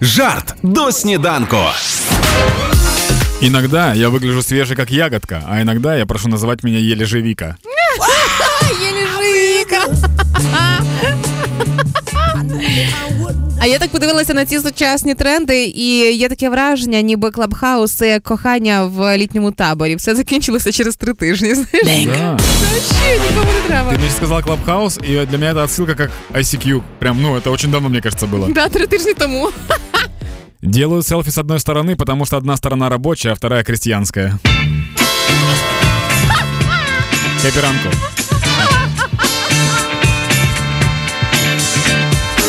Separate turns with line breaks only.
Жарт до сніданку.
Иногда я выгляжу свежий, как ягодка, а иногда я прошу называть меня еле живика.
Еле живіка. А я так подивилася на ці сучасні тренди, і є таке враження, ніби клабхаус це кохання в літньому таборі. Все закінчилося через три тижні. Знаєш,
Да.
Ще нікому не треба.
Ты мне сейчас сказал Клабхаус, и для меня это отсылка как ICQ. Прям, ну, это очень давно, мне кажется, было.
Да, три тижні тому.
Делаю селфи с одной стороны, потому что одна сторона рабочая, а вторая крестьянская. Хэппи ранку.